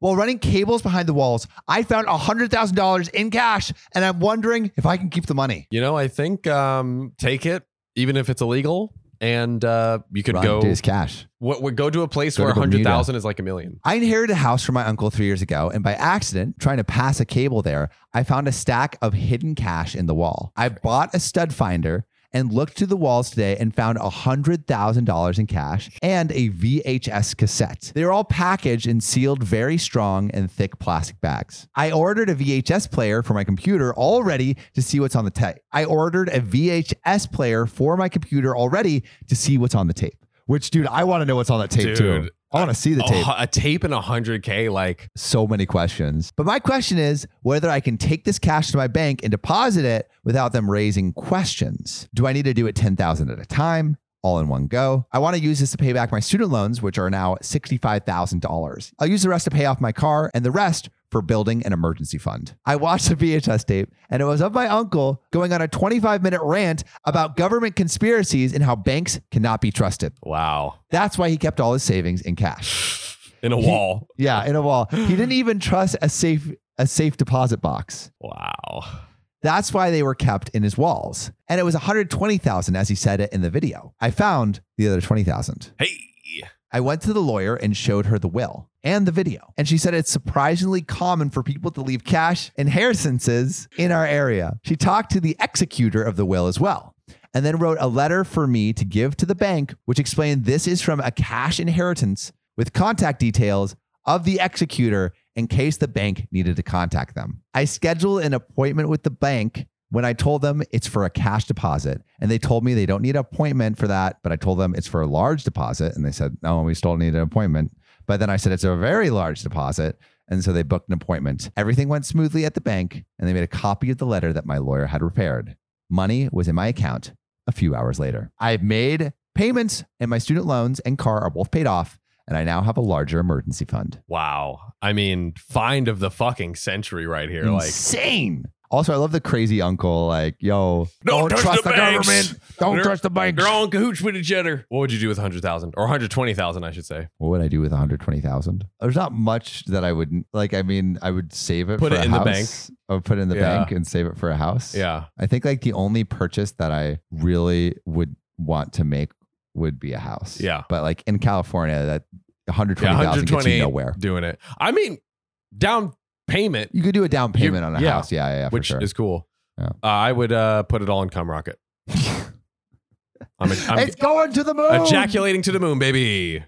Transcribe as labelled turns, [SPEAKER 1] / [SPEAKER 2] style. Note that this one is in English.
[SPEAKER 1] While running cables behind the walls, I found $100,000 in cash and I'm wondering if I can keep the money.
[SPEAKER 2] You know, I think um, take it, even if it's illegal, and uh, you could
[SPEAKER 1] Run,
[SPEAKER 2] go.
[SPEAKER 1] dude, it's cash.
[SPEAKER 2] What would go to a place
[SPEAKER 1] Go
[SPEAKER 2] where
[SPEAKER 1] to
[SPEAKER 2] a
[SPEAKER 1] Bermuda.
[SPEAKER 2] hundred thousand is like a million?
[SPEAKER 1] I inherited a house from my uncle three years ago, and by accident, trying to pass a cable there, I found a stack of hidden cash in the wall. I bought a stud finder and looked through the walls today and found $100,000 in cash and a VHS cassette. They were all packaged in sealed, very strong, and thick plastic bags. I ordered a VHS player for my computer already to see what's on the tape. I ordered a VHS player for my computer already to see what's on the tape. Which, dude, I want to know what's on that tape too.
[SPEAKER 2] Dude.
[SPEAKER 1] I want to see the
[SPEAKER 2] A
[SPEAKER 1] tape
[SPEAKER 2] hu- a tape and a hundred k, like
[SPEAKER 1] so many questions. But my question is whether I can take this cash to my bank and deposit it without them raising questions. Do I need to do it 10,000 at a time? All in one go. I want to use this to pay back my student loans, which are now $65,000. I'll use the rest to pay off my car and the rest for building an emergency fund. I watched the VHS tape and it was of my uncle going on a 25 minute rant about government conspiracies and how banks cannot be trusted.
[SPEAKER 2] wow,
[SPEAKER 1] That's why he kept all his savings in cash.
[SPEAKER 2] in a wall.
[SPEAKER 1] Yeah, in a wall. He didn't even trust a safe a safe deposit box.
[SPEAKER 2] Wow.
[SPEAKER 1] That's why they were kept in his walls. And it was 120,000 as he said it in the video. I found the other 20,000.
[SPEAKER 2] Hey.
[SPEAKER 1] I went to the lawyer and showed her the will and the video. And she said it's surprisingly common for people to leave cash inheritances in our area. She talked to the executor of the will as well. And then wrote a letter for me to give to the bank, which explained this is from a cash inheritance with contact details of the executor in case the bank needed to contact them. I scheduled an appointment with the bank when I told them it's for a cash deposit. And they told me they don't need an appointment for that, but I told them it's for a large deposit. And they said, no, we still need an appointment. But then I said, it's a very large deposit. And so they booked an appointment. Everything went smoothly at the bank, and they made a copy of the letter that my lawyer had prepared. Money was in my account a few hours later. I've made payments, and my student loans and car are both paid off, and I now have a larger emergency fund.
[SPEAKER 2] Wow. I mean, find of the fucking century right here. Like,
[SPEAKER 1] Insane. Also, I love the crazy uncle, like, yo,
[SPEAKER 2] Don't touch
[SPEAKER 1] trust
[SPEAKER 2] the
[SPEAKER 1] the,
[SPEAKER 2] banks.
[SPEAKER 1] government. Don't
[SPEAKER 2] They're-
[SPEAKER 1] trust the banks.
[SPEAKER 2] they're all in cahoots with each other. What would you do with 100,000 or 120,000, I should say?
[SPEAKER 1] What would I do with 120,000? There's not much that I would like. I mean, I would save it.
[SPEAKER 2] Put
[SPEAKER 1] for
[SPEAKER 2] it
[SPEAKER 1] a
[SPEAKER 2] in the
[SPEAKER 1] house. Or put it in the
[SPEAKER 2] Yeah.
[SPEAKER 1] bank and save it for a house.
[SPEAKER 2] Yeah.
[SPEAKER 1] I think like the only purchase that I really would want to make would be a house.
[SPEAKER 2] Yeah.
[SPEAKER 1] But like in California, that 120,000 gets
[SPEAKER 2] 120
[SPEAKER 1] you nowhere.
[SPEAKER 2] doing it. I mean, down payment,
[SPEAKER 1] You could do a down
[SPEAKER 2] You-
[SPEAKER 1] payment on a
[SPEAKER 2] yeah.
[SPEAKER 1] house. Yeah, yeah, yeah for
[SPEAKER 2] which
[SPEAKER 1] sure.
[SPEAKER 2] is cool.
[SPEAKER 1] Yeah.
[SPEAKER 2] Uh, I would uh, put it all in Cum Rocket. I'm, a, I'm
[SPEAKER 1] it's going to the moon.
[SPEAKER 2] ejaculating to the moon, baby.